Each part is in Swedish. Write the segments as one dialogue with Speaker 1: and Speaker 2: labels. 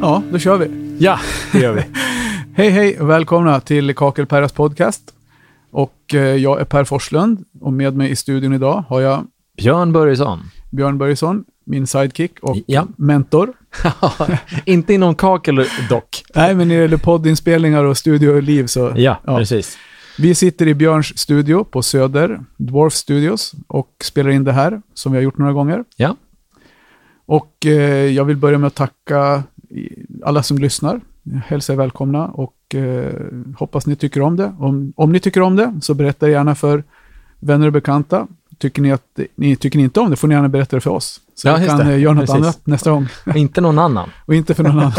Speaker 1: Ja, då kör vi.
Speaker 2: Ja, det gör vi.
Speaker 1: Hej hej och välkomna till Kakelperras podcast. Och eh, jag är Per Forslund och med mig i studion idag har jag
Speaker 2: Björn Börjesson.
Speaker 1: Björn Börjesson, min sidekick och
Speaker 2: Ja.
Speaker 1: mentor.
Speaker 2: Inte inom kakel dock.
Speaker 1: Nej, men när det gäller poddinspelningar och studioliv så...
Speaker 2: Ja,
Speaker 1: Ja.
Speaker 2: precis.
Speaker 1: Vi sitter i Björns studio på Söder, Dwarf Studios, och spelar in det här som vi har gjort några gånger.
Speaker 2: Ja.
Speaker 1: Och eh, jag vill börja med att tacka i- alla som lyssnar. Hälsa er välkomna och eh, hoppas ni tycker om det. Om, om ni tycker om det så berätta gärna för vänner och bekanta. Tycker ni, att, ni, tycker ni inte om det får ni gärna berätta det för oss. Så
Speaker 2: Ja,
Speaker 1: vi
Speaker 2: just
Speaker 1: kan
Speaker 2: det.
Speaker 1: eh, göra något
Speaker 2: Precis.
Speaker 1: annat nästa gång.
Speaker 2: Inte någon annan.
Speaker 1: Och inte för någon annan.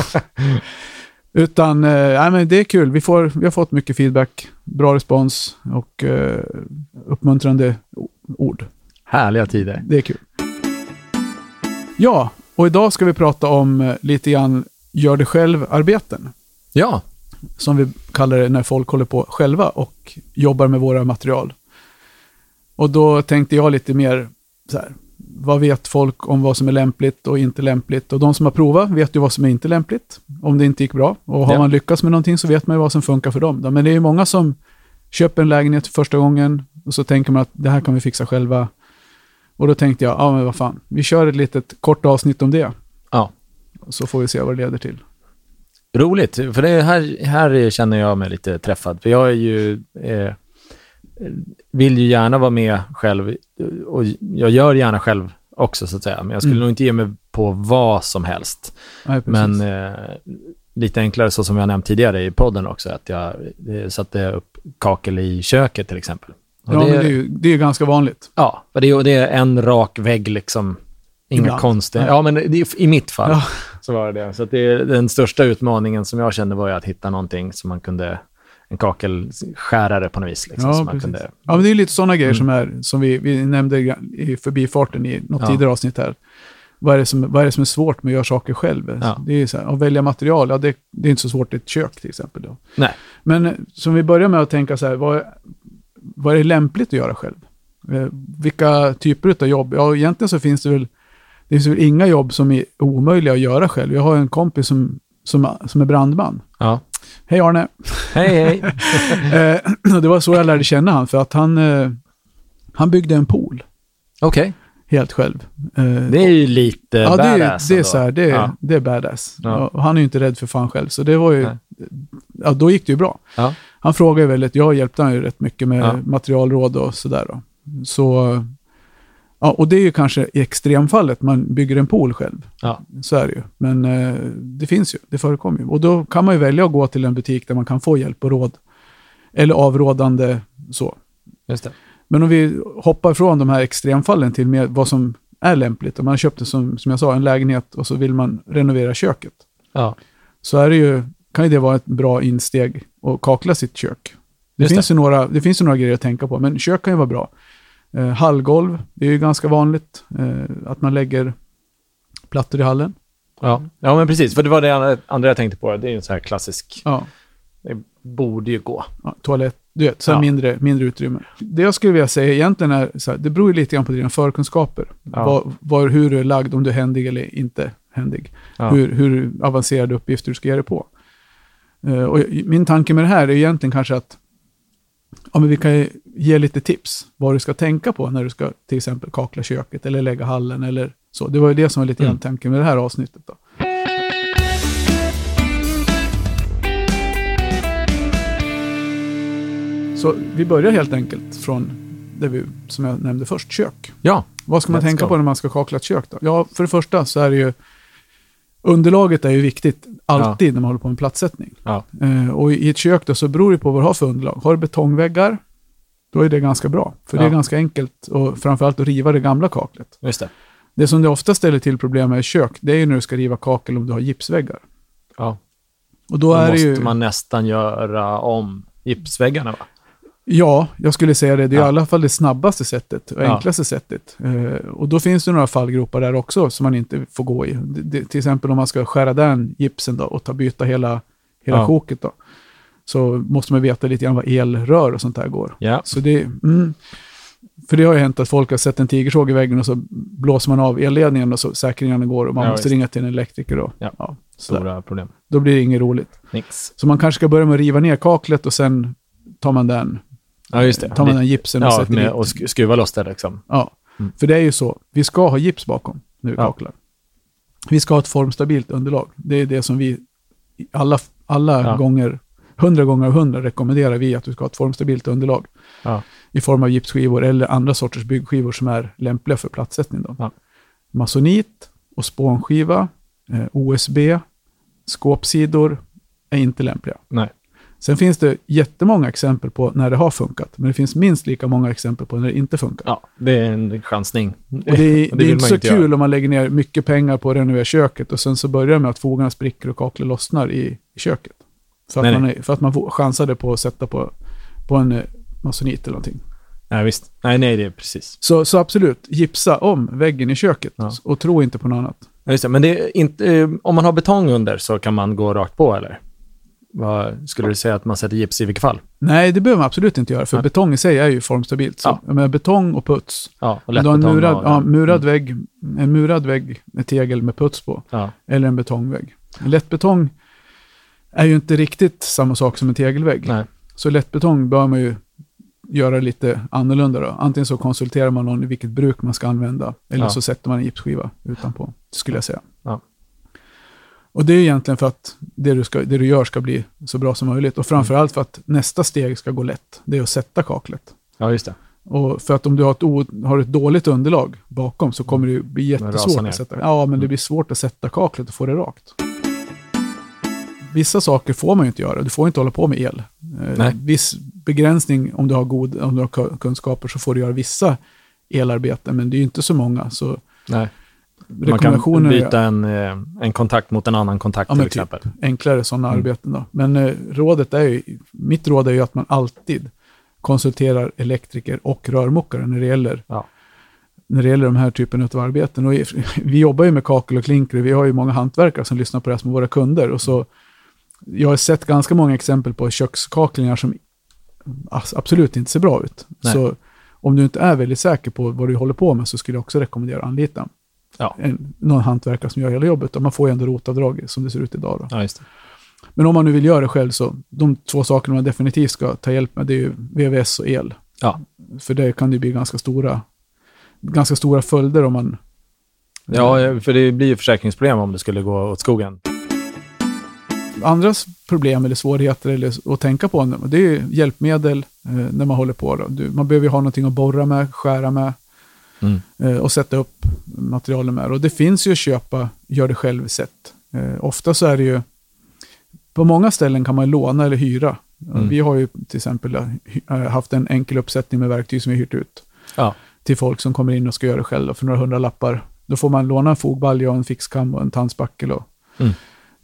Speaker 1: Utan, eh, nej, men det är kul. Vi, får, vi har fått mycket feedback, bra respons och eh, uppmuntrande o- ord.
Speaker 2: Härliga tider.
Speaker 1: Det är kul. Ja, och idag ska vi prata om eh, lite grann gör det själv-arbeten.
Speaker 2: Ja,
Speaker 1: Som vi kallar det när folk håller på själva och jobbar med våra material. Och då tänkte jag lite mer så här, vad vet folk om vad som är lämpligt och inte lämpligt? Och de som har provat vet ju vad som är inte lämpligt, om det inte gick bra. Och har
Speaker 2: Ja.
Speaker 1: man lyckats med någonting så vet man ju vad som funkar för dem. då. Men det är ju många som köper en lägenhet för första gången och så tänker man att det här kan vi fixa själva. Och då tänkte jag, ja men vad fan, vi kör ett litet kort avsnitt om det.
Speaker 2: Ja.
Speaker 1: Så får vi se vad det leder till.
Speaker 2: roligt. För det här, här känner jag mig lite träffad. För jag är ju, eh, vill ju gärna vara med själv och jag gör gärna själv också så att säga. Men jag skulle
Speaker 1: Mm.
Speaker 2: nog inte ge mig på vad som helst.
Speaker 1: Nej, precis.
Speaker 2: Men eh, lite enklare så som jag nämnt tidigare i podden också, att jag eh, satte upp kakel i köket till exempel. Och
Speaker 1: ja, men det är ju det är ju ganska vanligt.
Speaker 2: ja, och det, är- och det är en rak vägg liksom. Inga
Speaker 1: Ibland.
Speaker 2: konstiga...
Speaker 1: Nej.
Speaker 2: Ja, men det, är- i mitt fall
Speaker 1: Ja.
Speaker 2: så var det det. Så att det, är- den största utmaningen som jag kände var ju att hitta någonting som man kunde... En kakelskärare på något vis. Liksom,
Speaker 1: Ja,
Speaker 2: som man
Speaker 1: precis.
Speaker 2: kunde, Mm.
Speaker 1: Ja, men det är lite sådana grejer som, är, som vi, vi nämnde i förbifarten i något
Speaker 2: Ja.
Speaker 1: tidigare avsnitt här. Vad är, det som, vad är det som är svårt med att göra saker själv?
Speaker 2: Ja.
Speaker 1: Det är ju så här, att välja material, ja, det, det är inte så svårt i ett kök till exempel. Då.
Speaker 2: Nej.
Speaker 1: Men eh, som vi börjar med att tänka så här, vad, vad är lämpligt att göra själv? Eh, vilka typer av jobb? Ja, egentligen så finns det väl, det finns väl inga jobb som är omöjliga att göra själv. Jag har en kompis som, som, som är brandman.
Speaker 2: ja.
Speaker 1: Hej Arne!
Speaker 2: Hej, hej.
Speaker 1: Eh, och det var så jag lärde känna han, för att han, eh, han byggde en pool
Speaker 2: Okej.
Speaker 1: helt själv. Eh,
Speaker 2: Det är ju lite
Speaker 1: ja, det, är-
Speaker 2: badass
Speaker 1: det är
Speaker 2: ändå.
Speaker 1: så här, det, är-
Speaker 2: Ja.
Speaker 1: det är badass.
Speaker 2: Ja.
Speaker 1: Ja, och han är ju inte rädd för fan själv, så det var ju,
Speaker 2: Nej.
Speaker 1: ja, då gick det ju bra.
Speaker 2: Ja.
Speaker 1: Han frågade ju väldigt, jag hjälpte han ju rätt mycket med
Speaker 2: Ja.
Speaker 1: materialråd och sådär. Då. Så, ja, och det är ju kanske i extremfallet, man bygger en pool själv.
Speaker 2: Ja.
Speaker 1: Så är det ju. Men eh, det finns ju, det förekommer ju. Och då kan man ju välja att gå till en butik där man kan få hjälp och råd. Eller avrådande så.
Speaker 2: Just det.
Speaker 1: Men om vi hoppar från de här extremfallen till mer vad som är lämpligt. Om man köpte, som, som jag sa, en lägenhet och så vill man renovera köket.
Speaker 2: Ja.
Speaker 1: Så är det ju, kan ju det vara ett bra insteg att kakla sitt kök. Det,
Speaker 2: Just
Speaker 1: finns, Ju några, det finns ju några grejer att tänka på, men kök kan ju vara bra. Eh, hallgolv, det är ju ganska vanligt eh, att man lägger plattor i hallen.
Speaker 2: Ja. ja, men precis. För det var det andra- andra jag tänkte på. Det är ju en sån här klassisk...
Speaker 1: Ja,
Speaker 2: Det borde ju gå.
Speaker 1: ja, toalett, du vet, så här
Speaker 2: Ja.
Speaker 1: mindre, mindre utrymme. Det jag skulle vilja säga egentligen är, så här, det beror ju lite grann på dina förkunskaper.
Speaker 2: Ja.
Speaker 1: Vad- var, hur du är lagd, om du är händig eller inte händig.
Speaker 2: Ja.
Speaker 1: Hur, hur avancerade uppgifter du ska ge dig på. Eh, och jag- min tanke med det här är egentligen kanske att ja, men vi kan ju ge lite tips vad du ska tänka på när du ska till exempel kakla köket eller lägga hallen eller så. Det var ju det som var lite grann
Speaker 2: Mm.
Speaker 1: tanken med det här avsnittet. Då. Så vi börjar helt enkelt från det vi, som jag nämnde först, kök.
Speaker 2: Ja.
Speaker 1: Vad ska man
Speaker 2: Let's
Speaker 1: tänka
Speaker 2: go.
Speaker 1: på när man ska kakla ett kök då? Ja, för det första så är det ju underlaget är ju viktigt alltid när man håller på med plattsättning.
Speaker 2: Ja.
Speaker 1: Eh, och i ett kök då så beror det på vad du har för underlag. Har du betongväggar, då är det ganska bra. För det är
Speaker 2: Ja.
Speaker 1: ganska enkelt och framförallt att riva det gamla kaklet.
Speaker 2: Just det.
Speaker 1: Det som det ofta ställer till problem med i kök, det är ju när du ska riva kakel om du har gipsväggar.
Speaker 2: Ja.
Speaker 1: Och då,
Speaker 2: Då,
Speaker 1: är det
Speaker 2: måste
Speaker 1: ju...
Speaker 2: man nästan göra om gipsväggarna, va?
Speaker 1: Ja, jag skulle säga det. Det är
Speaker 2: Ja.
Speaker 1: i alla fall det snabbaste sättet och
Speaker 2: Ja.
Speaker 1: enklaste sättet. Eh, och då finns det några fallgropar där också som man inte får gå i. Det, det, till exempel om man ska skära den gipsen då och ta, byta hela, hela
Speaker 2: Ja.
Speaker 1: sjoket då. Så måste man veta lite grann vad elrör och sånt där går.
Speaker 2: Ja.
Speaker 1: Så det, mm. För det har ju hänt att folk har sett en tigersåg i väggen och så blåser man av elledningen och så säkringarna går och man
Speaker 2: Ja,
Speaker 1: måste
Speaker 2: visst.
Speaker 1: ringa till en elektriker. Och,
Speaker 2: Ja.
Speaker 1: så där.
Speaker 2: Stora problem.
Speaker 1: Då blir det inget roligt.
Speaker 2: Nix.
Speaker 1: Så man kanske ska börja med att riva ner kaklet och sen tar man den,
Speaker 2: Ja, just det.
Speaker 1: tar man den gipsen och
Speaker 2: ja,
Speaker 1: sätter
Speaker 2: med,
Speaker 1: dit.
Speaker 2: och sk- skruva loss det liksom.
Speaker 1: Ja,
Speaker 2: Mm.
Speaker 1: för det är ju så. Vi ska ha gips bakom när vi
Speaker 2: Ja.
Speaker 1: kaklar. Vi ska ha ett formstabilt underlag. Det är det som vi i alla, alla
Speaker 2: Ja.
Speaker 1: gånger, hundra gånger av hundra rekommenderar vi att du ska ha ett formstabilt underlag.
Speaker 2: Ja.
Speaker 1: I form av gipsskivor eller andra sorters byggskivor som är lämpliga för plattsättning. Då.
Speaker 2: Ja.
Speaker 1: Masonit och spånskiva, eh, OSB, skåpsidor är inte lämpliga.
Speaker 2: Nej.
Speaker 1: Sen finns det jättemånga exempel på när det har funkat, men det finns minst lika många exempel på när det inte funkar.
Speaker 2: Ja, det är en chansning.
Speaker 1: Och det, är-
Speaker 2: Och
Speaker 1: det är
Speaker 2: vill
Speaker 1: inte
Speaker 2: man
Speaker 1: så
Speaker 2: göra.
Speaker 1: kul om man lägger ner mycket pengar på att renovera köket och sen så börjar det med att fogarna spricker och kaklet lossnar i, i köket. För att,
Speaker 2: Nej,
Speaker 1: man, är- för att man vå- chansade på att sätta på, på en eh, masonit eller någonting.
Speaker 2: Nej, visst. Nej, nej, det är precis.
Speaker 1: Så, så absolut, gipsa om väggen i köket
Speaker 2: Ja.
Speaker 1: och tro inte på något annat.
Speaker 2: Ja, just det. Men det är inte, eh, om man har betong under så kan man gå rakt på, eller? Vad, skulle du säga att man sätter gips i vilket fall?
Speaker 1: Nej, det behöver man absolut inte göra, för
Speaker 2: Nej.
Speaker 1: betong i sig är ju formstabilt. Så,
Speaker 2: Ja.
Speaker 1: jag menar, betong och puts.
Speaker 2: Ja, Mm. och
Speaker 1: Om du har en
Speaker 2: lättbetong
Speaker 1: murad,
Speaker 2: och-
Speaker 1: ja, murad vägg, en murad vägg med tegel med puts på,
Speaker 2: Mm. Ja,
Speaker 1: eller en betongvägg. Lättbetong är ju inte riktigt samma sak som en tegelvägg.
Speaker 2: nej.
Speaker 1: Så lättbetong bör man ju göra lite annorlunda då. Antingen så konsulterar man någon i vilket bruk man ska använda, eller
Speaker 2: Ja.
Speaker 1: så sätter man en gipsskiva utanpå, skulle jag säga.
Speaker 2: Ja.
Speaker 1: Och det är egentligen för att det du, ska, det du gör ska bli så bra som möjligt och framförallt för att nästa steg ska gå lätt. Det är att sätta kaklet.
Speaker 2: Ja, just det.
Speaker 1: Och för att om du har ett, o, har ett dåligt underlag bakom så kommer det ju bli
Speaker 2: Men Mm. rasa
Speaker 1: jättesvårt
Speaker 2: ner. Mm.
Speaker 1: att sätta, ja, men det blir svårt att sätta kaklet och få det rakt. Vissa saker får man ju inte göra. Du får inte hålla på med el. Eh,
Speaker 2: Nej.
Speaker 1: Viss begränsning, om du har, god, om du har ku- kunskaper, så får du göra vissa elarbeten, men det är ju inte så många. Så
Speaker 2: Nej. Man kan
Speaker 1: rekommendationer
Speaker 2: byta
Speaker 1: är
Speaker 2: en, eh, en kontakt mot en annan kontakt
Speaker 1: Ja,
Speaker 2: till
Speaker 1: men typ.
Speaker 2: exempel.
Speaker 1: enklare sådana
Speaker 2: Mm.
Speaker 1: arbeten. Då. Men eh, rådet är ju, mitt råd är ju att man alltid konsulterar elektriker och rörmokare när det gäller
Speaker 2: Ja.
Speaker 1: när det gäller de här typen av arbeten. Och i- vi jobbar ju med kakel och klinker. Vi har ju många hantverkare som lyssnar på det här som våra kunder. Och så, jag har sett ganska många exempel på kökskaklingar som ass- absolut inte ser bra ut.
Speaker 2: Nej.
Speaker 1: Så om du inte är väldigt säker på vad du håller på med så skulle jag också rekommendera att anlita
Speaker 2: Ja.
Speaker 1: en, någon hantverkare som gör hela jobbet. Och man får ju ändå rotavdrag som det ser ut idag. Då.
Speaker 2: Ja, just det.
Speaker 1: Men om man nu vill göra det själv så, de två sakerna man definitivt ska ta hjälp med, det är ju VVS och el.
Speaker 2: Ja.
Speaker 1: För det kan det ju bli ganska stora, ganska stora följder om man...
Speaker 2: Ja, eh, för det blir ju försäkringsproblem om det skulle gå åt skogen.
Speaker 1: Andras problem eller svårigheter eller, s- att tänka på, det är ju hjälpmedel eh, när man håller på. Då. Du, man behöver ju ha någonting att borra med, skära med
Speaker 2: Mm.
Speaker 1: eh, och sätta upp materialen med. Och det finns ju att köpa gör det själv-sätt. Eh, ofta så är det ju... På många ställen kan man låna eller hyra. Eh,
Speaker 2: Mm.
Speaker 1: Vi har ju till exempel eh, hy- eh, haft en enkel uppsättning med verktyg som vi hyrt ut.
Speaker 2: Ja,
Speaker 1: till folk som kommer in och ska göra det själv då, för några hundra lappar. Då får man låna en fogbalja och en fixkam och en tandspackel och
Speaker 2: Mm.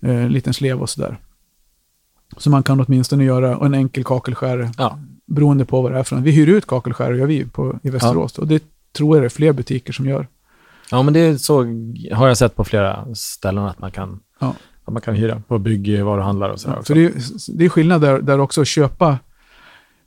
Speaker 1: eh, en liten slev och sådär. Så man kan åtminstone göra och en enkel kakelskärare
Speaker 2: ja.
Speaker 1: beroende på vad det är för något. Vi hyr ut kakelskärare gör vi på, i Västerås och det tror jag det är fler butiker som gör.
Speaker 2: ja men det så har jag sett på flera ställen att man kan,
Speaker 1: Ja.
Speaker 2: att man kan hyra på byggvaruhandlar och sådär.
Speaker 1: Så det är, det är skillnad där, där också att köpa,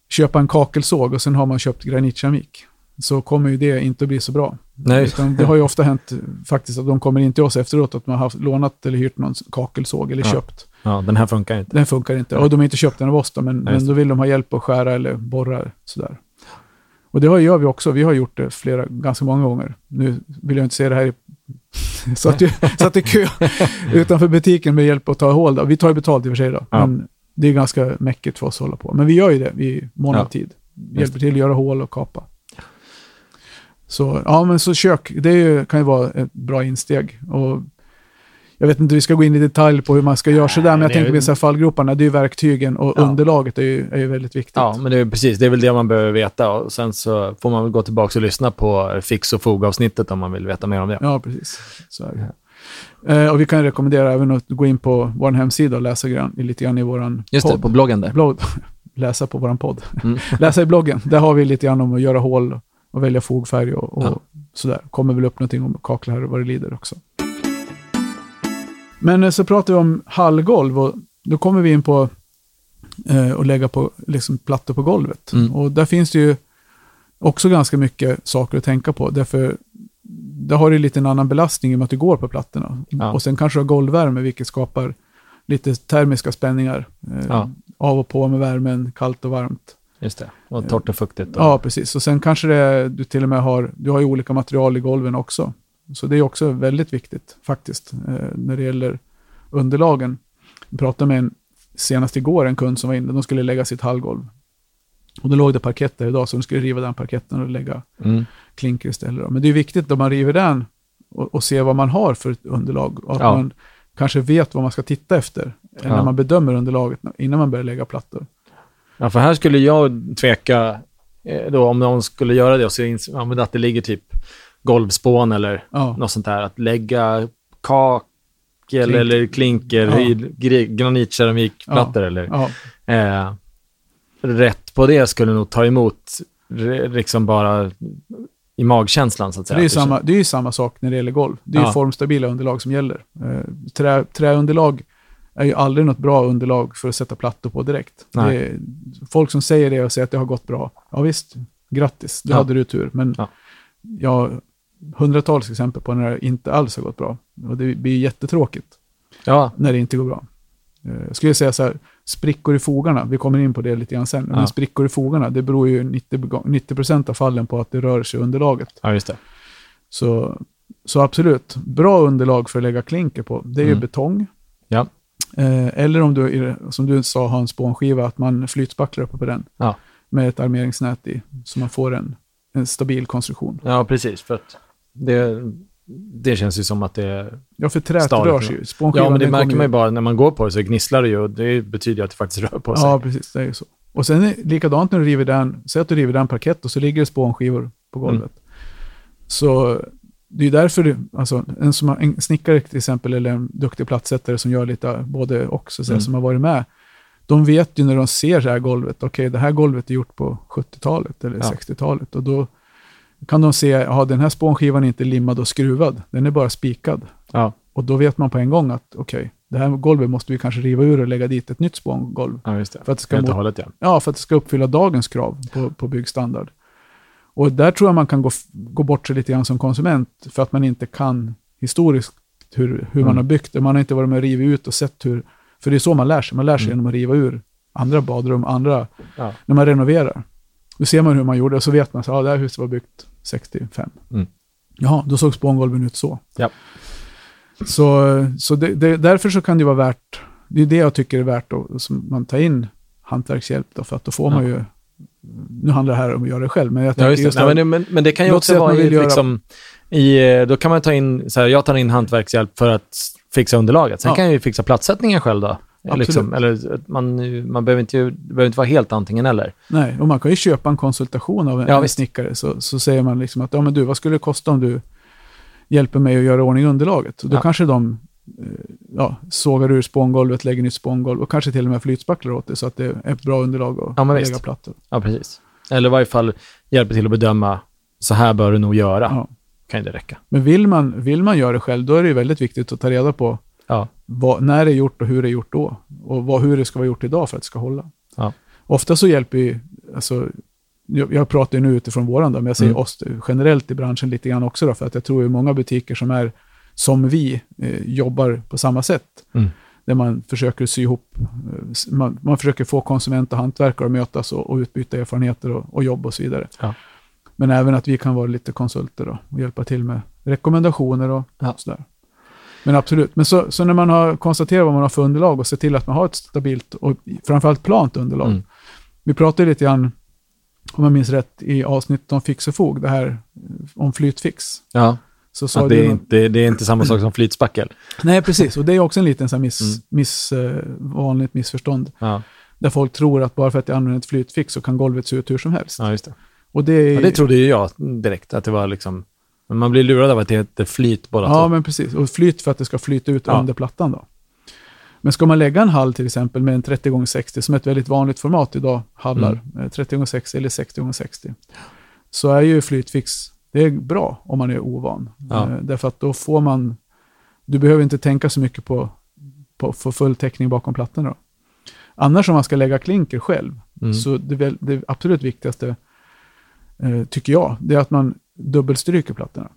Speaker 1: köpa en kakelsåg och sen har man köpt granitkeramik. Så kommer ju det inte att bli så bra.
Speaker 2: Nej, just-
Speaker 1: Utan det har ju ofta hänt eh, faktiskt att de kommer in till oss efteråt att man har haft, lånat eller hyrt någon kakelsåg eller
Speaker 2: Ja.
Speaker 1: köpt.
Speaker 2: ja, den här funkar inte.
Speaker 1: Den funkar inte. Och de har inte köpt den av oss då, men,
Speaker 2: Nej, just
Speaker 1: men då vill de ha hjälp att skära eller borra sådär. Och det har- gör vi också. Vi har gjort det flera, ganska många gånger. Nu vill jag inte säga det här i... Så att, så att det är kö utanför butiken med hjälp att ta hål. Då. Vi tar ju betalt i och för sig då,
Speaker 2: Ja.
Speaker 1: men det är ganska mäckigt för oss att hålla på. Men vi gör ju det i månad
Speaker 2: Ja.
Speaker 1: tid. Hjälper till att göra hål och kapa. Så, ja, men så kök, det är ju, kan ju vara ett bra insteg. Och jag vet inte, vi ska gå in i detalj på hur man ska göra sådär, men jag
Speaker 2: det är
Speaker 1: tänker
Speaker 2: ju-
Speaker 1: på så här fallgroparna, det är ju verktygen och
Speaker 2: Ja.
Speaker 1: underlaget är ju, är ju väldigt viktigt.
Speaker 2: Ja, men det är precis. Det är väl det man behöver veta. Och sen så får man väl gå tillbaka och lyssna på fix och fog-avsnittet om man vill veta mer om det.
Speaker 1: Ja, precis. Så är det. Eh, och vi kan rekommendera även att gå in på vår hemsida och läsa grann, lite grann i vår
Speaker 2: Just det,
Speaker 1: podd.
Speaker 2: på bloggen där.
Speaker 1: Blogg, läsa på vår podd.
Speaker 2: Mm.
Speaker 1: läsa i bloggen. Där har vi lite grann om att göra hål och välja fogfärg och, och
Speaker 2: Ja.
Speaker 1: sådär. Kommer väl upp någonting om kaklar och vad det lider också. Men eh, så pratar vi om hallgolv och då kommer vi in på eh, att lägga på liksom, plattor på golvet.
Speaker 2: Mm.
Speaker 1: Och där finns det ju också ganska mycket saker att tänka på. Därför där har du lite en annan belastning i och med att du går på plattorna.
Speaker 2: Ja.
Speaker 1: Och sen kanske du har golvvärme, vilket skapar lite termiska spänningar. Eh,
Speaker 2: Ja.
Speaker 1: Av och på med värmen, kallt och varmt.
Speaker 2: Just det. Och torrt och fuktigt. Och,
Speaker 1: Ja, precis. Och sen kanske det, du till och med har, du har ju olika material i golven också. Så det är också väldigt viktigt faktiskt eh, när det gäller underlagen. Jag pratade med en senast igår, en kund som var inne, de skulle lägga sitt hallgolv. Och då låg det parkett där idag, så de skulle riva den parketten och lägga
Speaker 2: Mm.
Speaker 1: klinker istället. då. Men det är viktigt då man river den och, och ser vad man har för ett underlag. Och att
Speaker 2: Ja.
Speaker 1: man kanske vet vad man ska titta efter eh, när
Speaker 2: Ja.
Speaker 1: man bedömer underlaget innan man börjar lägga plattor.
Speaker 2: Ja, för här skulle jag tveka eh, då om någon skulle göra det och så ins- ja, men att det ligger typ golvspån eller
Speaker 1: Ja.
Speaker 2: något sånt där. Att lägga kakel eller klinker
Speaker 1: Ja.
Speaker 2: i gre- granitkeramikplattor eller
Speaker 1: Ja,
Speaker 2: eh, rätt på det skulle nog ta emot re- liksom bara i magkänslan så att
Speaker 1: det
Speaker 2: säga.
Speaker 1: är, ju
Speaker 2: Att det
Speaker 1: samma, det är ju samma sak när det gäller golv. Det är ju
Speaker 2: Ja.
Speaker 1: formstabila underlag som gäller. Eh, trä, träunderlag är ju aldrig något bra underlag för att sätta plattor på direkt.
Speaker 2: Nej.
Speaker 1: Det är, folk som säger det och säger att det har gått bra, ja visst, grattis, då
Speaker 2: Ja.
Speaker 1: hade du tur. Men
Speaker 2: Ja.
Speaker 1: jag har hundratals exempel på när det inte alls har gått bra. Och det blir ju jättetråkigt.
Speaker 2: känns- Ja,
Speaker 1: när det inte går bra. Eh, Jag skulle säga så här, sprickor i fogarna, vi kommer in på det lite grann sen,
Speaker 2: Ja.
Speaker 1: men sprickor i fogarna, det beror ju 90, bega- 90 av fallen på att det rör sig i underlaget.
Speaker 2: ja, just det.
Speaker 1: Så, så absolut, bra underlag för att lägga klinker på, det är ju
Speaker 2: Mm.
Speaker 1: betong.
Speaker 2: Ja.
Speaker 1: Eh, Eller om du, är- som du sa, har en spånskiva, att man flytspacklar uppe på den
Speaker 2: Ja.
Speaker 1: med ett armeringsnät i, så man får en, en stabil konstruktion.
Speaker 2: Ja, precis. För att det, det känns ju som att det...
Speaker 1: Ja, för träet
Speaker 2: Stadigt,
Speaker 1: rör sig ju. Spånskivan,
Speaker 2: Ja, men det
Speaker 1: den kommer
Speaker 2: märker
Speaker 1: ju-
Speaker 2: man ju bara när man går på det så gnisslar det ju och det betyder ju att det faktiskt rör på sig.
Speaker 1: Ja, precis. Det är ju så. Och sen är, likadant när du river den, säg att du river den parkett och så ligger det spånskivor på
Speaker 2: Mm.
Speaker 1: golvet. Så det är ju därför du, alltså en, som har, en snickare till exempel, eller en duktig plattsättare som gör lite både och, så att säga,
Speaker 2: Mm.
Speaker 1: som har varit med, de vet ju när de ser det här golvet, okej, det här golvet är gjort på 70-talet eller
Speaker 2: Ja.
Speaker 1: 60-talet. Och då kan de se, ja, den här spånskivan är inte limmad och skruvad, den är bara spikad.
Speaker 2: Ja,
Speaker 1: Och då vet man på en gång att, okej, det här golvet måste vi kanske riva ur och lägga dit ett nytt spångolv.
Speaker 2: ja just det.
Speaker 1: För att det ska
Speaker 2: Helt och
Speaker 1: mot,
Speaker 2: hållet, ja.
Speaker 1: Ja, för att det ska uppfylla dagens krav på, på byggstandard. Och där tror jag man kan gå, f- gå bort sig lite grann som konsument, för att man inte kan historiskt hur, hur man
Speaker 2: Mm.
Speaker 1: har byggt det. Man har inte varit med och rivit ut och sett hur... För det är så man lär sig. Man lär sig
Speaker 2: Mm.
Speaker 1: genom att riva ur andra badrum, andra...
Speaker 2: Ja.
Speaker 1: När man renoverar. Då ser man hur man gjorde och så vet man att ja, det här huset var byggt 65.
Speaker 2: Mm.
Speaker 1: Jaha, då såg spångolven ut så.
Speaker 2: Ja.
Speaker 1: Så, så det, det, därför så kan det vara värt... Det är det jag tycker är värt att som man tar in hantverkshjälp då, för att då får man ju... Nu handlar det här om att göra det själv, men jag
Speaker 2: Ja,
Speaker 1: tänker
Speaker 2: just det.
Speaker 1: just,
Speaker 2: Nej,
Speaker 1: att-
Speaker 2: men, det- men, men det kan ju
Speaker 1: Låt
Speaker 2: också
Speaker 1: säga att
Speaker 2: vara
Speaker 1: man
Speaker 2: i, ett
Speaker 1: vill göra- liksom,
Speaker 2: liksom, i, eh, då kan man ta in, så här, jag tar in hantverkshjälp för att fixa underlaget. Sen
Speaker 1: Ja.
Speaker 2: kan jag ju fixa platssättningen själv då.
Speaker 1: Absolut.
Speaker 2: Liksom. Eller att man, man behöver inte, ju- det behöver inte vara helt antingen eller.
Speaker 1: Nej, och man kan ju köpa en konsultation av en,
Speaker 2: Ja,
Speaker 1: en
Speaker 2: visst.
Speaker 1: snickare. Så, så säger man liksom att ja, men du, vad skulle det kosta om du hjälper mig att göra i ordning underlaget? Och då
Speaker 2: Ja.
Speaker 1: kanske de eh, ja, sågar ur spångolvet, lägger nytt spångolv och kanske till och med flytspacklar åt det så att det är ett bra underlag att
Speaker 2: Ja, men
Speaker 1: lägga
Speaker 2: visst.
Speaker 1: plattor.
Speaker 2: Ja, precis. Eller i varje fall hjälpa till att bedöma, så här bör du nog göra.
Speaker 1: Ja.
Speaker 2: Kan ju det räcka.
Speaker 1: Men vill man, vill man göra det själv, då är det ju väldigt viktigt att ta reda på
Speaker 2: Ja,
Speaker 1: vad, när det är gjort och hur det är gjort då. Och vad, hur det ska vara gjort idag för att det ska hålla.
Speaker 2: Ja.
Speaker 1: Ofta så hjälper ju, alltså, jag, jag pratar ju nu utifrån våran då, men jag säger
Speaker 2: Mm.
Speaker 1: oss generellt i branschen lite grann också då, för att jag tror ju många butiker som är som vi eh, jobbar på samma sätt.
Speaker 2: Mm.
Speaker 1: Där man försöker sy ihop, eh, s- man, man försöker få konsument och hantverkare att mötas och, och utbyta erfarenheter och, och jobb och så vidare.
Speaker 2: Ja.
Speaker 1: Men även att vi kan vara lite konsulter då, och hjälpa till med rekommendationer och
Speaker 2: Ja.
Speaker 1: sådär. Men absolut. Men så, så när man har konstaterat vad man har för underlag och ser till att man har ett stabilt och framförallt plant underlag.
Speaker 2: Mm.
Speaker 1: Vi pratade lite grann, om jag minns rätt, i avsnittet om fix och fog, det här eh, om flytfix.
Speaker 2: ja.
Speaker 1: Så sa
Speaker 2: Att det, är
Speaker 1: du någon-
Speaker 2: inte, det är inte samma sak som flytspackel.
Speaker 1: Nej, precis. Och det är också en liten så här miss,
Speaker 2: Mm.
Speaker 1: miss, eh, vanligt missförstånd.
Speaker 2: Ja,
Speaker 1: Där folk tror att bara för att jag använder ett flytfix så kan golvet se ut hur som helst.
Speaker 2: ja just det.
Speaker 1: Och det är...
Speaker 2: Ja, det trodde ju jag direkt, att det var liksom... men Man blir lurad av att det heter flyt båda
Speaker 1: Ja,
Speaker 2: två.
Speaker 1: men precis. Och flyt för att det ska flyta ut
Speaker 2: Ja.
Speaker 1: under plattan då. Men ska man lägga en hall till exempel med en 30x60, som är ett väldigt vanligt format idag, hallar,
Speaker 2: Mm.
Speaker 1: eh, 30x60 eller 60x60, så är ju flytfix, det är bra om man är ovan.
Speaker 2: Ja.
Speaker 1: Eh, Därför att då får man, du behöver inte tänka så mycket på, på få full täckning bakom plattorna. Då. Annars om man ska lägga klinker själv,
Speaker 2: Mm.
Speaker 1: så det, väl- det absolut viktigaste eh, tycker jag, det är att man dubbelstryker plattorna.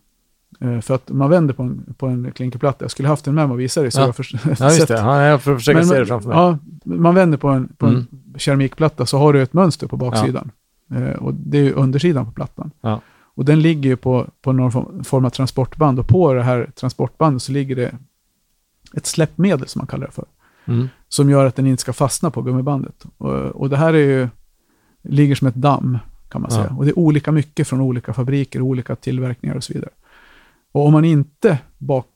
Speaker 1: Eh, för att man vänder på en, på en klinkerplatta. Jag skulle haft den med mig och visa dig så
Speaker 2: Ja.
Speaker 1: jag först-
Speaker 2: Ja, just
Speaker 1: sett.
Speaker 2: det. Ja, jag får försöka
Speaker 1: Men-
Speaker 2: se det framför mig.
Speaker 1: Ja, man vänder på en, på
Speaker 2: Mm.
Speaker 1: en keramikplatta så har du ett mönster på baksidan. Eh, och det är ju undersidan på plattan.
Speaker 2: Ja.
Speaker 1: Och den ligger ju på, på någon form- form av transportband och på det här transportbandet så ligger det ett släppmedel som man kallar det för.
Speaker 2: Mm.
Speaker 1: Som gör att den inte ska fastna på gummibandet. Och, och det här är ju, ligger som ett damm kan man
Speaker 2: Ja.
Speaker 1: säga. Och det är olika mycket från olika fabriker, olika tillverkningar och så vidare. Och om man inte bak,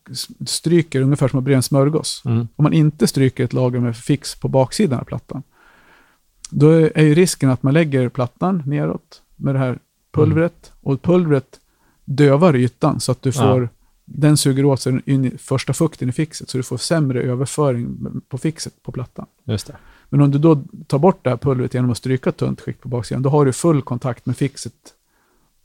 Speaker 1: stryker, ungefär som att bre en smörgås,
Speaker 2: Mm.
Speaker 1: om man inte stryker ett lager med fix på baksidan av plattan, då är ju risken att man lägger plattan neråt med det här pulvret och pulvret dövar ytan så att du
Speaker 2: Mm. Ja.
Speaker 1: får, den suger åt sig den in, första fukten i fixet så du får sämre överföring på fixet på plattan.
Speaker 2: Just det.
Speaker 1: Men om du då tar bort det här pulvret genom att stryka ett tunt skikt på baksidan, då har du full kontakt med fixet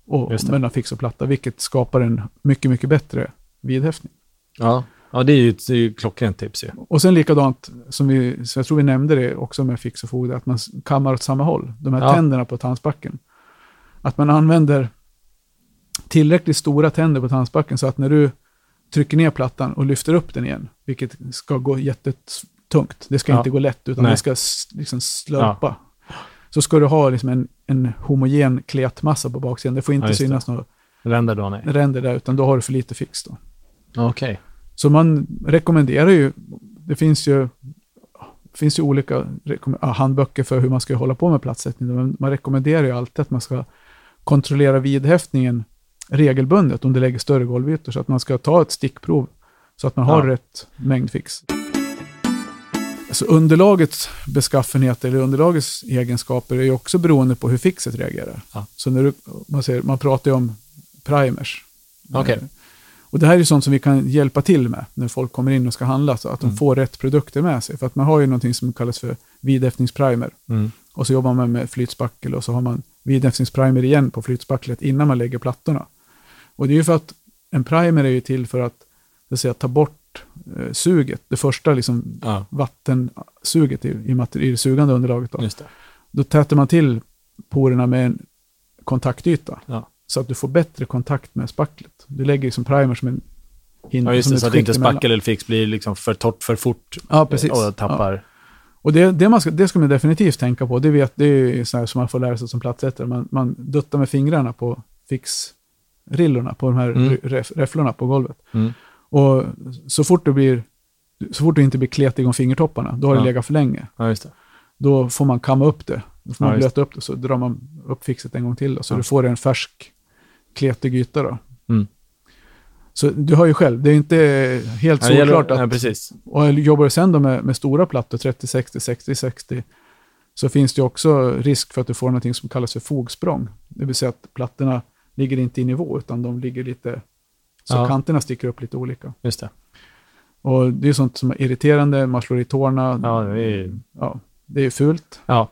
Speaker 1: och
Speaker 2: Just det.
Speaker 1: mellan fix och platta, vilket skapar en mycket, mycket bättre vidhäftning.
Speaker 2: Ja. ja, det är ju ett det är ju ett klockrent tips ju.
Speaker 1: Och sen likadant, som vi, så jag tror vi nämnde det också med fix och foder, att man s- kammar åt samma håll. De här
Speaker 2: Ja.
Speaker 1: tänderna på tandsbacken. Att man använder tillräckligt stora tänder på tandsbacken så att när du trycker ner plattan och lyfter upp den igen, vilket ska gå jättetungt, det ska
Speaker 2: Ja.
Speaker 1: inte gå lätt utan
Speaker 2: Nej.
Speaker 1: det ska s- liksom slöpa. Så ska du ha liksom en, en homogen kletmassa på baksidan. Det får inte
Speaker 2: Ja, just det.
Speaker 1: synas några
Speaker 2: Vänder då, nej.
Speaker 1: ränder där, utan då har du för lite fix. Då.
Speaker 2: Okej.
Speaker 1: Så man rekommenderar ju, det finns ju, finns ju olika rekomm- ja, handböcker för hur man ska hålla på med plattsättning, men man rekommenderar ju alltid att man ska kontrollera vidhäftningen regelbundet om det lägger större golvytor, så att man ska ta ett stickprov så att man har
Speaker 2: Ja.
Speaker 1: rätt mängd fix. Så underlagets beskaffenhet eller underlagets egenskaper är ju också beroende på hur fixet reagerar.
Speaker 2: Ja.
Speaker 1: Så när du, man, säger, man pratar ju om primers.
Speaker 2: Okej.
Speaker 1: Eh, Och det här är ju sånt som vi kan hjälpa till med när folk kommer in och ska handla, så att de
Speaker 2: Mm.
Speaker 1: får rätt produkter med sig. För att man har ju någonting som kallas för vidhäftningsprimer.
Speaker 2: Mm.
Speaker 1: Och så jobbar man med flytspackel och så har man vidhäftningsprimer igen på flytspacklet innan man lägger plattorna. Och det är ju för att en primer är ju till för att, så att säga, ta bort eh, suget, det första liksom
Speaker 2: Ja,
Speaker 1: vattensuget i, i, mater- i det sugande underlaget. Då.
Speaker 2: just det.
Speaker 1: då täter man till porerna med en kontaktyta.
Speaker 2: Ja.
Speaker 1: Så att du får bättre kontakt med spacklet. Du lägger liksom primer som en hinna.
Speaker 2: Ja, just
Speaker 1: som
Speaker 2: det.
Speaker 1: ett
Speaker 2: Så att
Speaker 1: skikt
Speaker 2: inte
Speaker 1: emellan.
Speaker 2: spackel eller fix blir liksom för torrt för fort
Speaker 1: Ja, precis.
Speaker 2: och tappar.
Speaker 1: Och det, det, man ska, det ska man definitivt tänka på. Det, vet, det är ju så här som man får lära sig som plattsättare. Man, man duttar med fingrarna på fixrillorna, på de här
Speaker 2: Mm.
Speaker 1: re- ref, räfflorna på golvet.
Speaker 2: Mm.
Speaker 1: Och så fort, du blir, så fort du inte blir kletig om fingertopparna, då har
Speaker 2: Ja.
Speaker 1: det legat för länge.
Speaker 2: Ja, just det.
Speaker 1: Då får man kamma upp det. Då får
Speaker 2: Ja,
Speaker 1: man
Speaker 2: just
Speaker 1: blöta upp det, så drar man upp fixet en gång till. Då, så
Speaker 2: Ja.
Speaker 1: du får en färsk, kletig yta. Då.
Speaker 2: Mm.
Speaker 1: Så du hör ju själv, det är inte helt
Speaker 2: Ja, det gäller-
Speaker 1: solklart att
Speaker 2: Ja, precis.
Speaker 1: och jobbar du sen då med, med stora plattor, 30-60, 60-60, så finns det ju också risk för att du får någonting som kallas för fogsprång. Det vill säga att plattorna ligger inte i nivå, utan de ligger lite... Så
Speaker 2: Ja.
Speaker 1: kanterna sticker upp lite olika.
Speaker 2: Just det.
Speaker 1: Och det är sånt som är irriterande, man slår i tårna, ja.
Speaker 2: Ja, det är...
Speaker 1: det är fult.
Speaker 2: Ja.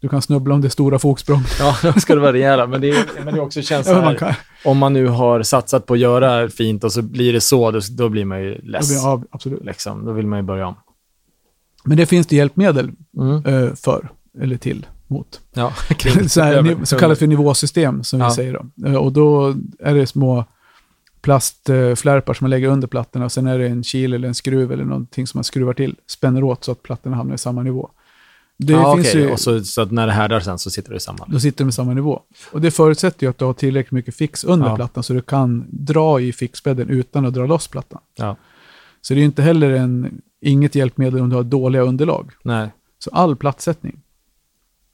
Speaker 1: Du kan snubbla om det är stora fogsprång.
Speaker 2: Ja, då ska det vara rejäla. Men det, är, men det också känns så
Speaker 1: Ja, man
Speaker 2: här,
Speaker 1: kan,
Speaker 2: om man nu har satsat på att göra fint och så blir det så, då, då blir man ju less.
Speaker 1: ja, absolut.
Speaker 2: Liksom. Då vill man ju börja om.
Speaker 1: Men det finns det hjälpmedel
Speaker 2: Mm.
Speaker 1: eh, för, eller till, mot.
Speaker 2: Ja,
Speaker 1: så, här, ni- så kallat för nivåsystem, som
Speaker 2: Ja.
Speaker 1: vi säger. Då. Eh, Och då är det små plastflärpar som man lägger under plattorna. Sen är det en kil eller en skruv eller någonting som man skruvar till, spänner åt så att plattorna hamnar i samma nivå. Det
Speaker 2: ja,
Speaker 1: finns
Speaker 2: okej.
Speaker 1: ju,
Speaker 2: Och så, så att när det härdar sen så sitter det samman.
Speaker 1: då sitter de i samma nivå. Och det förutsätter ju att du har tillräckligt mycket fix under
Speaker 2: Ja.
Speaker 1: plattan så du kan dra i fixbädden utan att dra loss plattan.
Speaker 2: Ja.
Speaker 1: Så det är ju inte heller en, inget hjälpmedel om du har dåliga underlag.
Speaker 2: Nej.
Speaker 1: Så all plattsättning.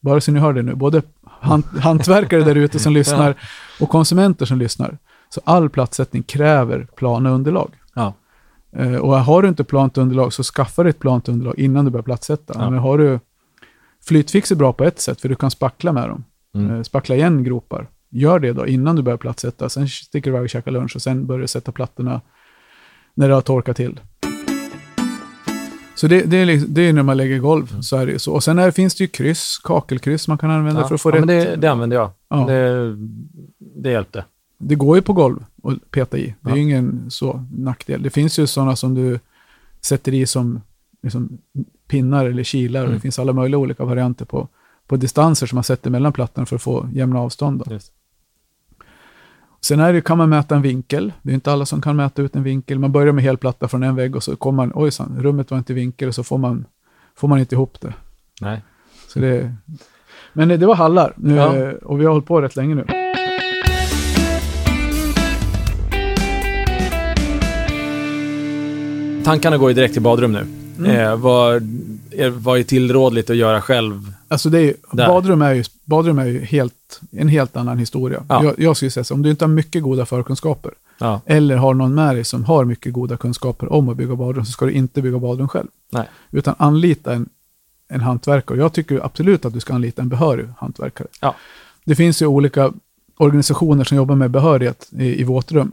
Speaker 1: Bara så ni hör det nu, både hant- hantverkare där ute som lyssnar och konsumenter som lyssnar. Så all plattsättning kräver plana underlag.
Speaker 2: Ja.
Speaker 1: Eh, och har du inte plant underlag så skaffa dig ett plant underlag innan du börjar plattsätta.
Speaker 2: Ja.
Speaker 1: Men har du... Flytfix är bra på ett sätt, för du kan spackla med dem.
Speaker 2: Mm.
Speaker 1: Eh, spackla igen gropar. Gör det då innan du börjar plattsätta. Sen sticker du iväg och käkar lunch och sen börjar du sätta plattorna när det har torkat till. Så det, det, är, liksom, det är när man lägger golv.
Speaker 2: Mm.
Speaker 1: Så är det ju så. Och sen är, finns det ju kryss, kakelkryss man kan använda
Speaker 2: Ja.
Speaker 1: för att få
Speaker 2: ja,
Speaker 1: rätt.
Speaker 2: men det, det använde jag.
Speaker 1: Ja.
Speaker 2: Det, det hjälpte.
Speaker 1: det går ju på golv att peta i. Det är
Speaker 2: Ja.
Speaker 1: ju ingen så nackdel. Det finns ju sådana som du sätter i som liksom, pinnar eller kilar.
Speaker 2: Mm.
Speaker 1: Det finns alla möjliga olika varianter på, på distanser som man sätter mellan plattorna för att få jämna avstånd. Då.
Speaker 2: Just.
Speaker 1: Sen är det, kan man mäta en vinkel. Det är inte alla som kan mäta ut en vinkel. Man börjar med helplatta från en vägg och så kommer man, ojsan, rummet var inte vinkel och så får man, får man inte ihop det.
Speaker 2: Nej.
Speaker 1: Så det men det, det var hallar nu,
Speaker 2: Ja.
Speaker 1: eh, och vi har hållit på rätt länge nu.
Speaker 2: Tankarna går ju direkt till badrum nu.
Speaker 1: Mm.
Speaker 2: Eh, vad, är, vad är tillrådligt att göra själv?
Speaker 1: Alltså det är, ju-
Speaker 2: Där.
Speaker 1: badrum är ju, badrum är ju helt, en helt annan historia.
Speaker 2: Ja.
Speaker 1: Jag, jag skulle säga så, om du inte har mycket goda förkunskaper,
Speaker 2: Ja.
Speaker 1: eller har någon med dig som har mycket goda kunskaper om att bygga badrum, så ska du inte bygga badrum själv.
Speaker 2: Nej.
Speaker 1: Utan anlita en, en hantverkare. Jag tycker absolut att du ska anlita en behörig hantverkare.
Speaker 2: Ja.
Speaker 1: Det finns ju olika organisationer som jobbar med behörighet i, i våtrum.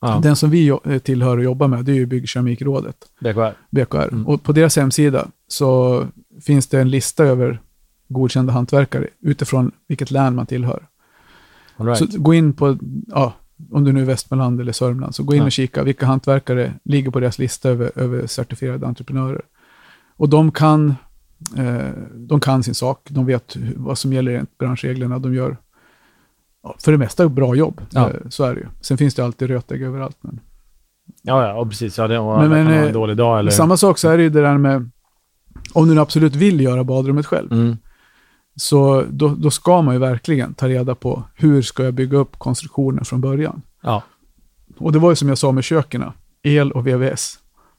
Speaker 2: ja.
Speaker 1: Den som vi jo- tillhör och jobbar med, det är ju Byggkeramikrådet.
Speaker 2: BKR.
Speaker 1: BKR.
Speaker 2: Mm.
Speaker 1: Och på deras hemsida så finns det en lista över godkända hantverkare utifrån vilket län man tillhör.
Speaker 2: All right.
Speaker 1: Så gå in på, ja, om du nu är Västmanland eller Sörmland, så gå in
Speaker 2: Ja.
Speaker 1: och kika vilka hantverkare ligger på deras lista över, över certifierade entreprenörer. Och de kan, eh, de kan sin sak, de vet hur- vad som gäller enligt branschreglerna, de gör ja, för det mesta bra jobb,
Speaker 2: Ja.
Speaker 1: eh, så är det ju. Sen finns det alltid rötägg överallt. Men.
Speaker 2: Ja, ja, och precis. Ja, det var,
Speaker 1: Men-
Speaker 2: men,
Speaker 1: men,
Speaker 2: kan ha
Speaker 1: eh,
Speaker 2: en dålig dag eller...
Speaker 1: Men Samma sak så är det ju det där med, om du nu absolut vill göra badrummet själv,
Speaker 2: Mm.
Speaker 1: så då, då ska man ju verkligen ta reda på hur ska jag bygga upp konstruktionen från början.
Speaker 2: Ja.
Speaker 1: Och det var ju som jag sa med köken, el och VVS.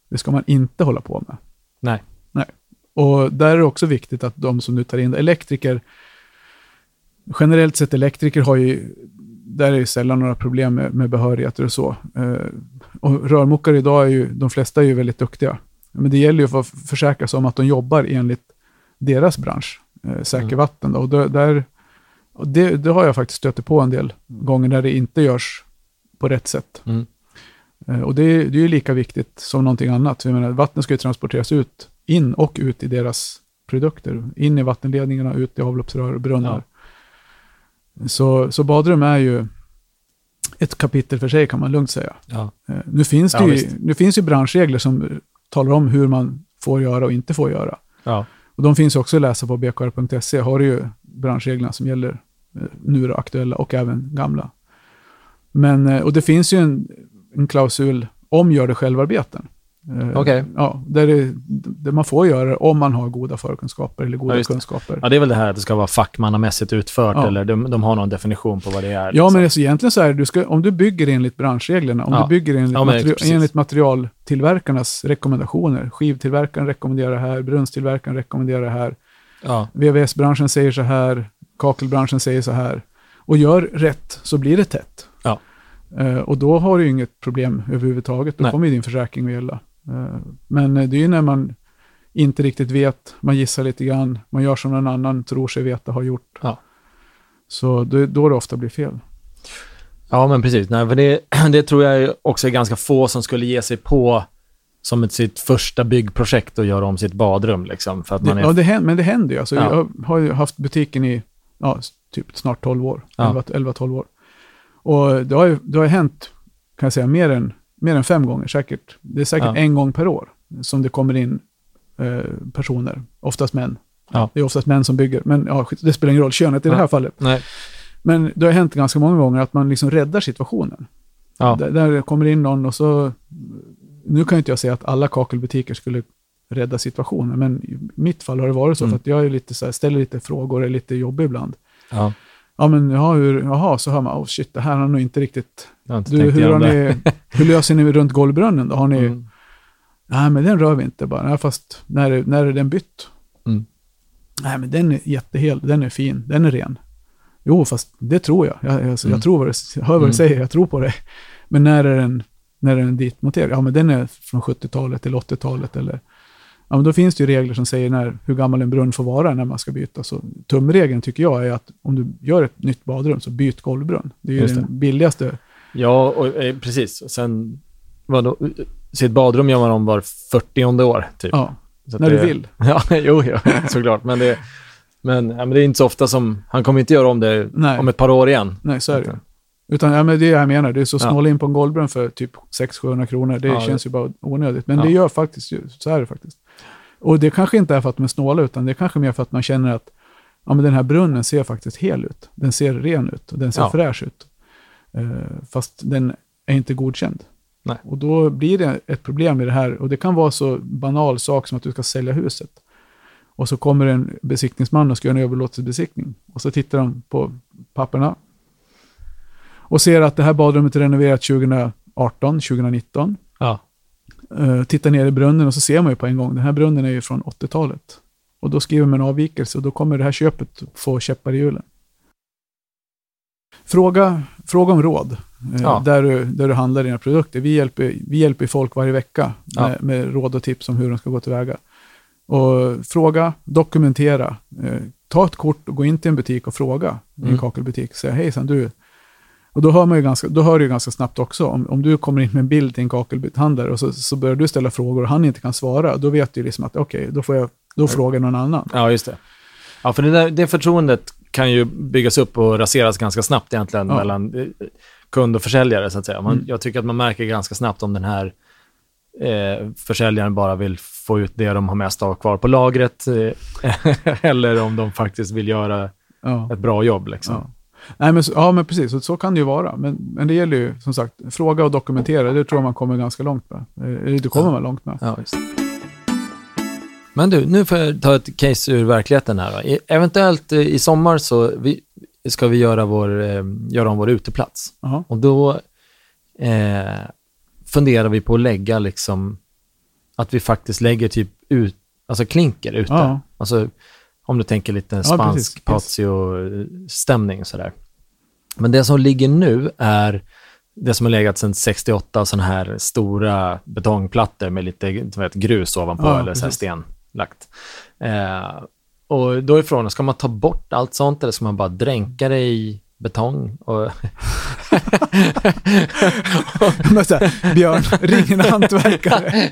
Speaker 1: Det ska man inte hålla på med.
Speaker 2: Nej.
Speaker 1: Nej. Och där är det också viktigt att de som nu tar in elektriker, generellt sett elektriker har ju, där är ju sällan några problem med, med behörigheter och så. Eh, och rörmokare idag är ju, de flesta är ju väldigt duktiga. Men det gäller ju för att försäkra sig om att de jobbar enligt deras bransch, eh, Säker
Speaker 2: Mm.
Speaker 1: vatten. Då. Och där- där, och det, det har jag faktiskt stött på en del gånger när det inte görs på rätt sätt.
Speaker 2: Mm.
Speaker 1: Eh, Och det, är- det är ju lika viktigt som någonting annat. Jag menar, vatten ska ju transporteras ut, in och ut i deras produkter. In i vattenledningarna, ut i avloppsrör och brunnar. Så, så badrum är ju ett kapitel för sig kan man lugnt säga.
Speaker 2: Ja.
Speaker 1: Eh, Nu finns det
Speaker 2: Ja,
Speaker 1: ju,
Speaker 2: visst.
Speaker 1: nu finns ju branschregler som eh, talar om hur man får göra och inte får göra.
Speaker 2: Ja.
Speaker 1: Och de finns också att läsa på bkr.se. E. Har du ju branschreglerna som gäller eh, nu då, aktuella och även gamla. Men, eh, och det finns ju en, en klausul om gör det självarbeten. Eh,
Speaker 2: Okej.
Speaker 1: Ja, där, det, där man får göra det om man har goda förkunskaper eller goda
Speaker 2: Ja, just det.
Speaker 1: kunskaper.
Speaker 2: ja, det är väl det här att det ska vara fackmannamässigt utfört
Speaker 1: Ja.
Speaker 2: eller de, de har någon definition på vad det är.
Speaker 1: Ja,
Speaker 2: liksom.
Speaker 1: men alltså, egentligen så är det, du ska, om du bygger enligt branschreglerna, om
Speaker 2: Ja.
Speaker 1: du bygger enligt,
Speaker 2: Ja, men
Speaker 1: materi-
Speaker 2: precis.
Speaker 1: enligt materialtillverkarnas rekommendationer, skivtillverkaren rekommenderar det här, brunstillverkaren rekommenderar det här,
Speaker 2: Ja.
Speaker 1: VVS-branschen säger så här, kakelbranschen säger så här. Och gör rätt så blir det tätt.
Speaker 2: Ja.
Speaker 1: Eh, och då har du ju inget problem överhuvudtaget. Då
Speaker 2: Nej.
Speaker 1: kommer ju din försäkring att gälla. Eh, men eh, det är ju när man inte riktigt vet, man gissar lite grann, man gör som någon annan tror sig veta har gjort.
Speaker 2: Ja.
Speaker 1: Så det, då det ofta blir fel.
Speaker 2: Ja, men precis. Nej, för det, det tror jag också är ganska få som skulle ge sig på som ett, sitt första byggprojekt och göra om sitt badrum. Liksom, för att man
Speaker 1: Det,
Speaker 2: är,
Speaker 1: ja, det händer, men det händer ju. Alltså,
Speaker 2: Ja.
Speaker 1: Jag har ju haft butiken i ja, s- typ snart 12 år,
Speaker 2: Ja.
Speaker 1: 11 11-12 år. Och det har ju det har ju hänt, kan jag säga, mer än, mer än fem gånger säkert. Det är säkert
Speaker 2: Ja.
Speaker 1: en gång per år som det kommer in eh, personer, oftast män.
Speaker 2: Ja.
Speaker 1: Det är oftast män som bygger, men ja, skit- det spelar ingen roll, könet i det
Speaker 2: Ja.
Speaker 1: här fallet.
Speaker 2: nej.
Speaker 1: Men det har hänt ganska många gånger att man liksom räddar situationen.
Speaker 2: Ja.
Speaker 1: Där, där kommer in någon och så... Nu kan ju inte jag säga att alla kakelbutiker skulle rädda situationen, men i mitt fall har det varit så,
Speaker 2: Mm.
Speaker 1: för att jag är lite så här, ställer lite frågor, är lite jobbig ibland.
Speaker 2: Ja.
Speaker 1: Ja, men ja, hur, jaha, så hör man, oh shit, det här har nog inte riktigt...
Speaker 2: Jag har inte
Speaker 1: Du,
Speaker 2: tänkt
Speaker 1: hur,
Speaker 2: igenom
Speaker 1: har
Speaker 2: det.
Speaker 1: ni, hur löser ni runt golvbrunnen då? Har ni...
Speaker 2: Mm.
Speaker 1: Nej, men den rör vi inte bara. Nej, fast när, är- när är den bytt?
Speaker 2: Mm.
Speaker 1: Nej, men den är jättehel, den är fin, den är ren. Jo, fast det tror jag. Jag, alltså,
Speaker 2: Mm.
Speaker 1: jag tror vad du, s- hör vad du
Speaker 2: Mm.
Speaker 1: säger, jag tror på dig. Men när är den, när är den ditmonterad? Ja, men den är från 70-talet eller 80-talet eller... Ja, men då finns det ju regler som säger när, hur gammal en brunn får vara när man ska byta. Så tumregeln tycker jag är att om du gör ett nytt badrum, så byt golvbrunn. Det är ju
Speaker 2: Just
Speaker 1: den billigaste.
Speaker 2: Ja, och, eh, precis. Och Sen, vadå, sitt badrum gör man om var 40 år, typ.
Speaker 1: Ja,
Speaker 2: Så att
Speaker 1: när
Speaker 2: det-
Speaker 1: du vill.
Speaker 2: Ja, jo, ja, såklart. Men det, men, ja, men det är inte så ofta som... Han kommer inte göra om det
Speaker 1: Nej.
Speaker 2: om ett par år igen.
Speaker 1: Nej, så är det ju. Utan ja, men det är det jag menar, det är så
Speaker 2: Ja.
Speaker 1: snåla in på en golvbrunn för typ 600-700 kronor, det
Speaker 2: Ja,
Speaker 1: känns ju bara onödigt. Men
Speaker 2: Ja.
Speaker 1: det gör faktiskt, ju- så är det faktiskt. Och det kanske inte är för att de är snåla, utan det är kanske mer för att man känner att ja, men den här brunnen ser faktiskt hel ut. Den ser ren ut och den ser
Speaker 2: Ja.
Speaker 1: fräsch ut. Eh, fast den är inte godkänd.
Speaker 2: Nej.
Speaker 1: Och då blir det ett problem i det här. Och det kan vara så banal sak som att du ska sälja huset. Och så kommer en besiktningsman och ska göra en överlåtelsebesiktning. Och så tittar de på papperna och ser att det här badrummet är renoverat 2018, 2019.
Speaker 2: Ja.
Speaker 1: Eh, tittar ner i brunnen och så ser man ju på en gång, den här brunnen är ju från 80-talet. Och då skriver man en avvikelse och då kommer det här köpet få käppar i hjulen. Fråga, fråga om råd eh,
Speaker 2: Ja.
Speaker 1: där, du, där du handlar dina produkter. Vi hjälper, vi hjälper folk varje vecka med,
Speaker 2: Ja.
Speaker 1: med råd och tips om hur de ska gå tillväga. Och fråga, dokumentera. Eh, ta ett kort och gå in till en butik och fråga i en
Speaker 2: Mm.
Speaker 1: kakelbutik. Säg hejsan du. Och då hör, man ju ganska, då hör du ju ganska snabbt också, om, om du kommer in med en bild till en kakelhandlare och så, så börjar du ställa frågor och han inte kan svara, då vet du ju liksom att okej, då får jag då frågar jag någon annan.
Speaker 2: Ja, just det. Ja, för det, där, det förtroendet kan ju byggas upp och raseras ganska snabbt egentligen
Speaker 1: Ja.
Speaker 2: mellan eh, kund och försäljare, så att säga. Man,
Speaker 1: Mm.
Speaker 2: Jag tycker att man märker ganska snabbt om den här eh, försäljaren bara vill få ut det de har mest av kvar på lagret eh, eller om de faktiskt vill göra
Speaker 1: Ja.
Speaker 2: ett bra jobb. Liksom.
Speaker 1: Ja. Nej, men, så- ja, men precis. Så, så kan det ju vara. Men, men det gäller ju, som sagt, fråga och dokumentera. Det tror jag man kommer ganska långt med. Eller det kommer man långt med.
Speaker 2: Ja, just. Men du, nu får jag ta ett case ur verkligheten här. Då. I, eventuellt eh, i sommar så vi, ska vi göra, vår, eh, göra om vår uteplats.
Speaker 1: Jaha.
Speaker 2: Och då eh, funderar vi på att lägga liksom, att vi faktiskt lägger typ ut, alltså klinker ute.
Speaker 1: Ja.
Speaker 2: Alltså, om du tänker lite
Speaker 1: precis.
Speaker 2: spansk
Speaker 1: Yes.
Speaker 2: patio-stämning och sådär. Men det som ligger nu är det som har legat sedan 68, sådana här stora betongplattor med lite du vet, grus ovanpå
Speaker 1: Ja,
Speaker 2: eller så här
Speaker 1: precis.
Speaker 2: stenlagt. Eh, och då är frågan, ska man ta bort allt sånt eller ska man bara dränka det i betong? Och,
Speaker 1: Men så här, Björn, ring en hantverkare.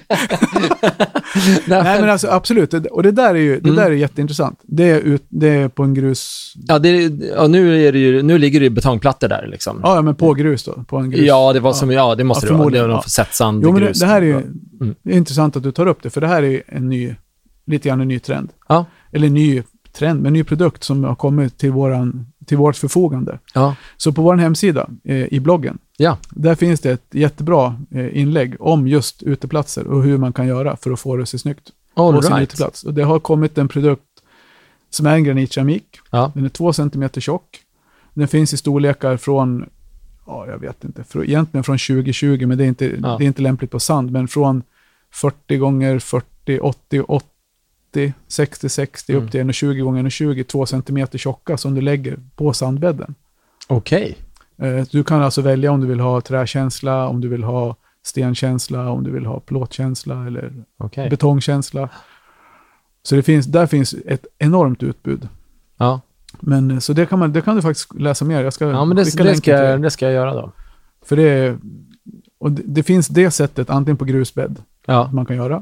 Speaker 1: Nej, men alltså absolut. Det- Och det där är ju det
Speaker 2: Mm.
Speaker 1: där är jätteintressant. Det är, ut, det är på en grus...
Speaker 2: Ja, det, är- ja nu, är det ju, nu ligger det ju betongplattor där liksom.
Speaker 1: Ja, ja, men på grus då. På en grus.
Speaker 2: Ja, det var som, ja det måste
Speaker 1: Ja,
Speaker 2: det vara. Det
Speaker 1: förmodligen,
Speaker 2: var någon
Speaker 1: ja.
Speaker 2: sättsand,
Speaker 1: jo, men
Speaker 2: grus.
Speaker 1: det, det här är ju
Speaker 2: Mm.
Speaker 1: det är intressant att du tar upp det, för det här är ju en ny, lite grann en ny trend.
Speaker 2: Ja.
Speaker 1: Eller ny trend, men ny produkt som har kommit till, våran, till vårt förfogande.
Speaker 2: Ja,
Speaker 1: Så på vår hemsida, eh, i bloggen,
Speaker 2: ja,
Speaker 1: där finns det ett jättebra eh, inlägg om just uteplatser och hur man kan göra för att få det att se snyggt
Speaker 2: all
Speaker 1: på sin
Speaker 2: right.
Speaker 1: uteplats. Och det har kommit en produkt som är en granitkeramik.
Speaker 2: Ja.
Speaker 1: Den är två centimeter tjock. Den finns i storlekar från, ja jag vet inte, från, egentligen från 2020, men det är, inte,
Speaker 2: Ja.
Speaker 1: det är inte lämpligt på sand, men från 40 gånger 40, 80, 80, 60, 60
Speaker 2: Mm.
Speaker 1: upp till 120 gånger 120, två centimeter tjocka som du lägger på sandbädden.
Speaker 2: Okej.
Speaker 1: Eh, Du kan alltså välja om du vill ha träkänsla, om du vill ha stenkänsla, om du vill ha plåtkänsla eller
Speaker 2: Okej.
Speaker 1: betongkänsla. Så det finns, där finns ett enormt utbud.
Speaker 2: Ja.
Speaker 1: Men, eh, så det kan, man, det kan du faktiskt läsa mer. Jag ska
Speaker 2: ja, men det,
Speaker 1: skicka
Speaker 2: det,
Speaker 1: länken
Speaker 2: ska,
Speaker 1: till dig.
Speaker 2: jag- det ska jag göra då.
Speaker 1: För det, är- och det, det finns det sättet, antingen på grusbädd,
Speaker 2: Ja,
Speaker 1: man kan göra.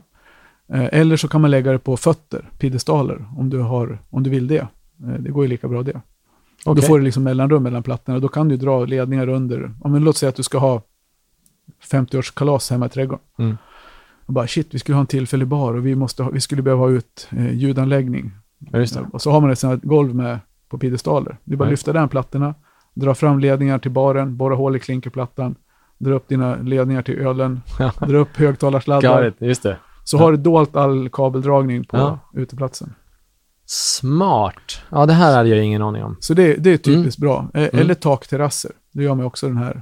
Speaker 1: Eh, Eller så kan man lägga det på fötter, piedestaler, om du, har, om du vill det. Eh, Det går ju lika bra det.
Speaker 2: okej.
Speaker 1: Då får du liksom mellanrum mellan plattorna. Då kan du dra ledningar under. Om men låt säga att du ska ha 50-årskalas hemma i trädgården.
Speaker 2: Mm.
Speaker 1: Och bara shit, vi skulle ha en tillfällig bar och vi, måste ha, vi skulle behöva ha ut eh, ljudanläggning.
Speaker 2: Ja, just det.
Speaker 1: Och så har man ett sånt här golv med på piedestaler. Du bara
Speaker 2: Nej.
Speaker 1: lyfta den plattorna, dra fram ledningar till baren, borra hål i klinkerplattan, dra upp dina ledningar till ölen, dra upp högtalarsladdar.
Speaker 2: Got it. Just det.
Speaker 1: Så har du dolt all kabeldragning på
Speaker 2: Ja.
Speaker 1: uteplatsen.
Speaker 2: Smart. Ja, det här hade jag ingen aning om.
Speaker 1: Så det, det är typiskt bra. Eh,
Speaker 2: Mm.
Speaker 1: Eller takterrasser. Det gör man också den här.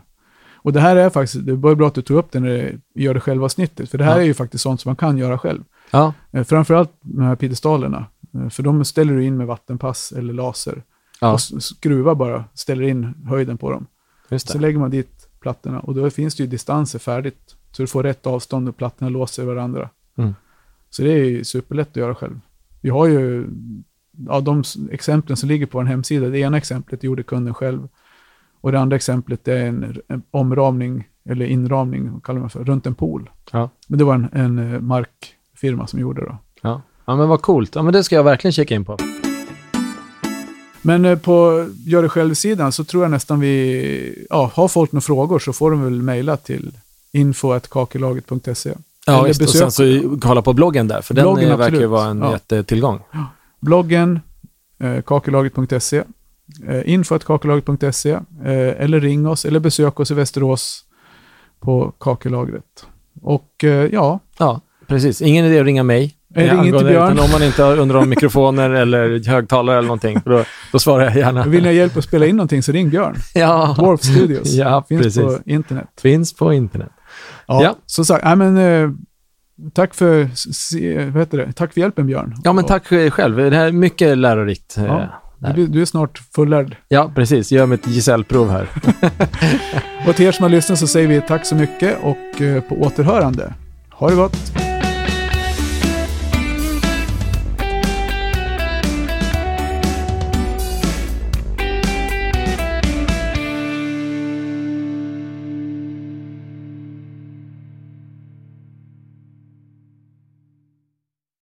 Speaker 1: Och det här är faktiskt, det var bra att du tog upp det när du gör det själva snittet, för det här
Speaker 2: Ja.
Speaker 1: är ju faktiskt sånt som man kan göra själv.
Speaker 2: Ja,
Speaker 1: Eh, Framförallt de här piedestalerna, eh, för de ställer du in med vattenpass eller laser.
Speaker 2: ja
Speaker 1: Och s- skruvar bara, ställer in höjden på dem.
Speaker 2: just
Speaker 1: Så
Speaker 2: det.
Speaker 1: lägger man dit plattorna och då finns det ju distanser färdigt, så du får rätt avstånd och plattorna låser varandra.
Speaker 2: Mm.
Speaker 1: Så det är ju superlätt att göra själv. Vi har ju, ja, de s- exemplen som ligger på en hemsida, det ena exemplet gjorde kunden själv och det andra exemplet är en, en omramning, eller inramning, vad kallar man för, runt en pool.
Speaker 2: Ja.
Speaker 1: Men det var en, en eh, markfirma som gjorde det då.
Speaker 2: Ja. ja, men vad coolt. Ja, men det ska jag verkligen kika in på.
Speaker 1: Men eh, på gör det själv-sidan så tror jag nästan vi, ja, har folk några frågor så får de väl mejla till info.kakelaget.se.
Speaker 2: Ja,
Speaker 1: Eller
Speaker 2: just, det. och
Speaker 1: besök-
Speaker 2: sen så i- kolla på bloggen där, för
Speaker 1: Bloggen,
Speaker 2: den eh, verkar ju
Speaker 1: absolut.
Speaker 2: vara en
Speaker 1: Ja.
Speaker 2: jättetillgång.
Speaker 1: Bloggen, eh, kakelaget.se. Eh, info.kakelaget.se eh, eller ring oss eller besök oss i Västerås på Kakelagret. Och eh, ja,
Speaker 2: Ja, precis. Ingen idé att ringa mig. eh,
Speaker 1: Nej, ring inte
Speaker 2: angående-
Speaker 1: Björn.
Speaker 2: Utan om man inte har- undrar om mikrofoner eller högtalare eller någonting, för då, då svarar jag gärna.
Speaker 1: vill ni ha hjälp att spela in någonting så ring Björn.
Speaker 2: Ja,
Speaker 1: Dwarf Studios
Speaker 2: ja
Speaker 1: finns
Speaker 2: precis.
Speaker 1: på internet.
Speaker 2: Finns på internet. Ja.
Speaker 1: Som sagt, nej, men, eh, tack, för, s- s- vad heter det? tack för hjälpen Björn.
Speaker 2: Ja, men tack själv. Det här är mycket lärorikt.
Speaker 1: Ja.
Speaker 2: eh,
Speaker 1: Du, blir- du är snart fullärd.
Speaker 2: ja precis. Gör mitt gesällprov här.
Speaker 1: Och till er som har lyssnat så säger vi tack så mycket och eh, på återhörande. Ha det gott!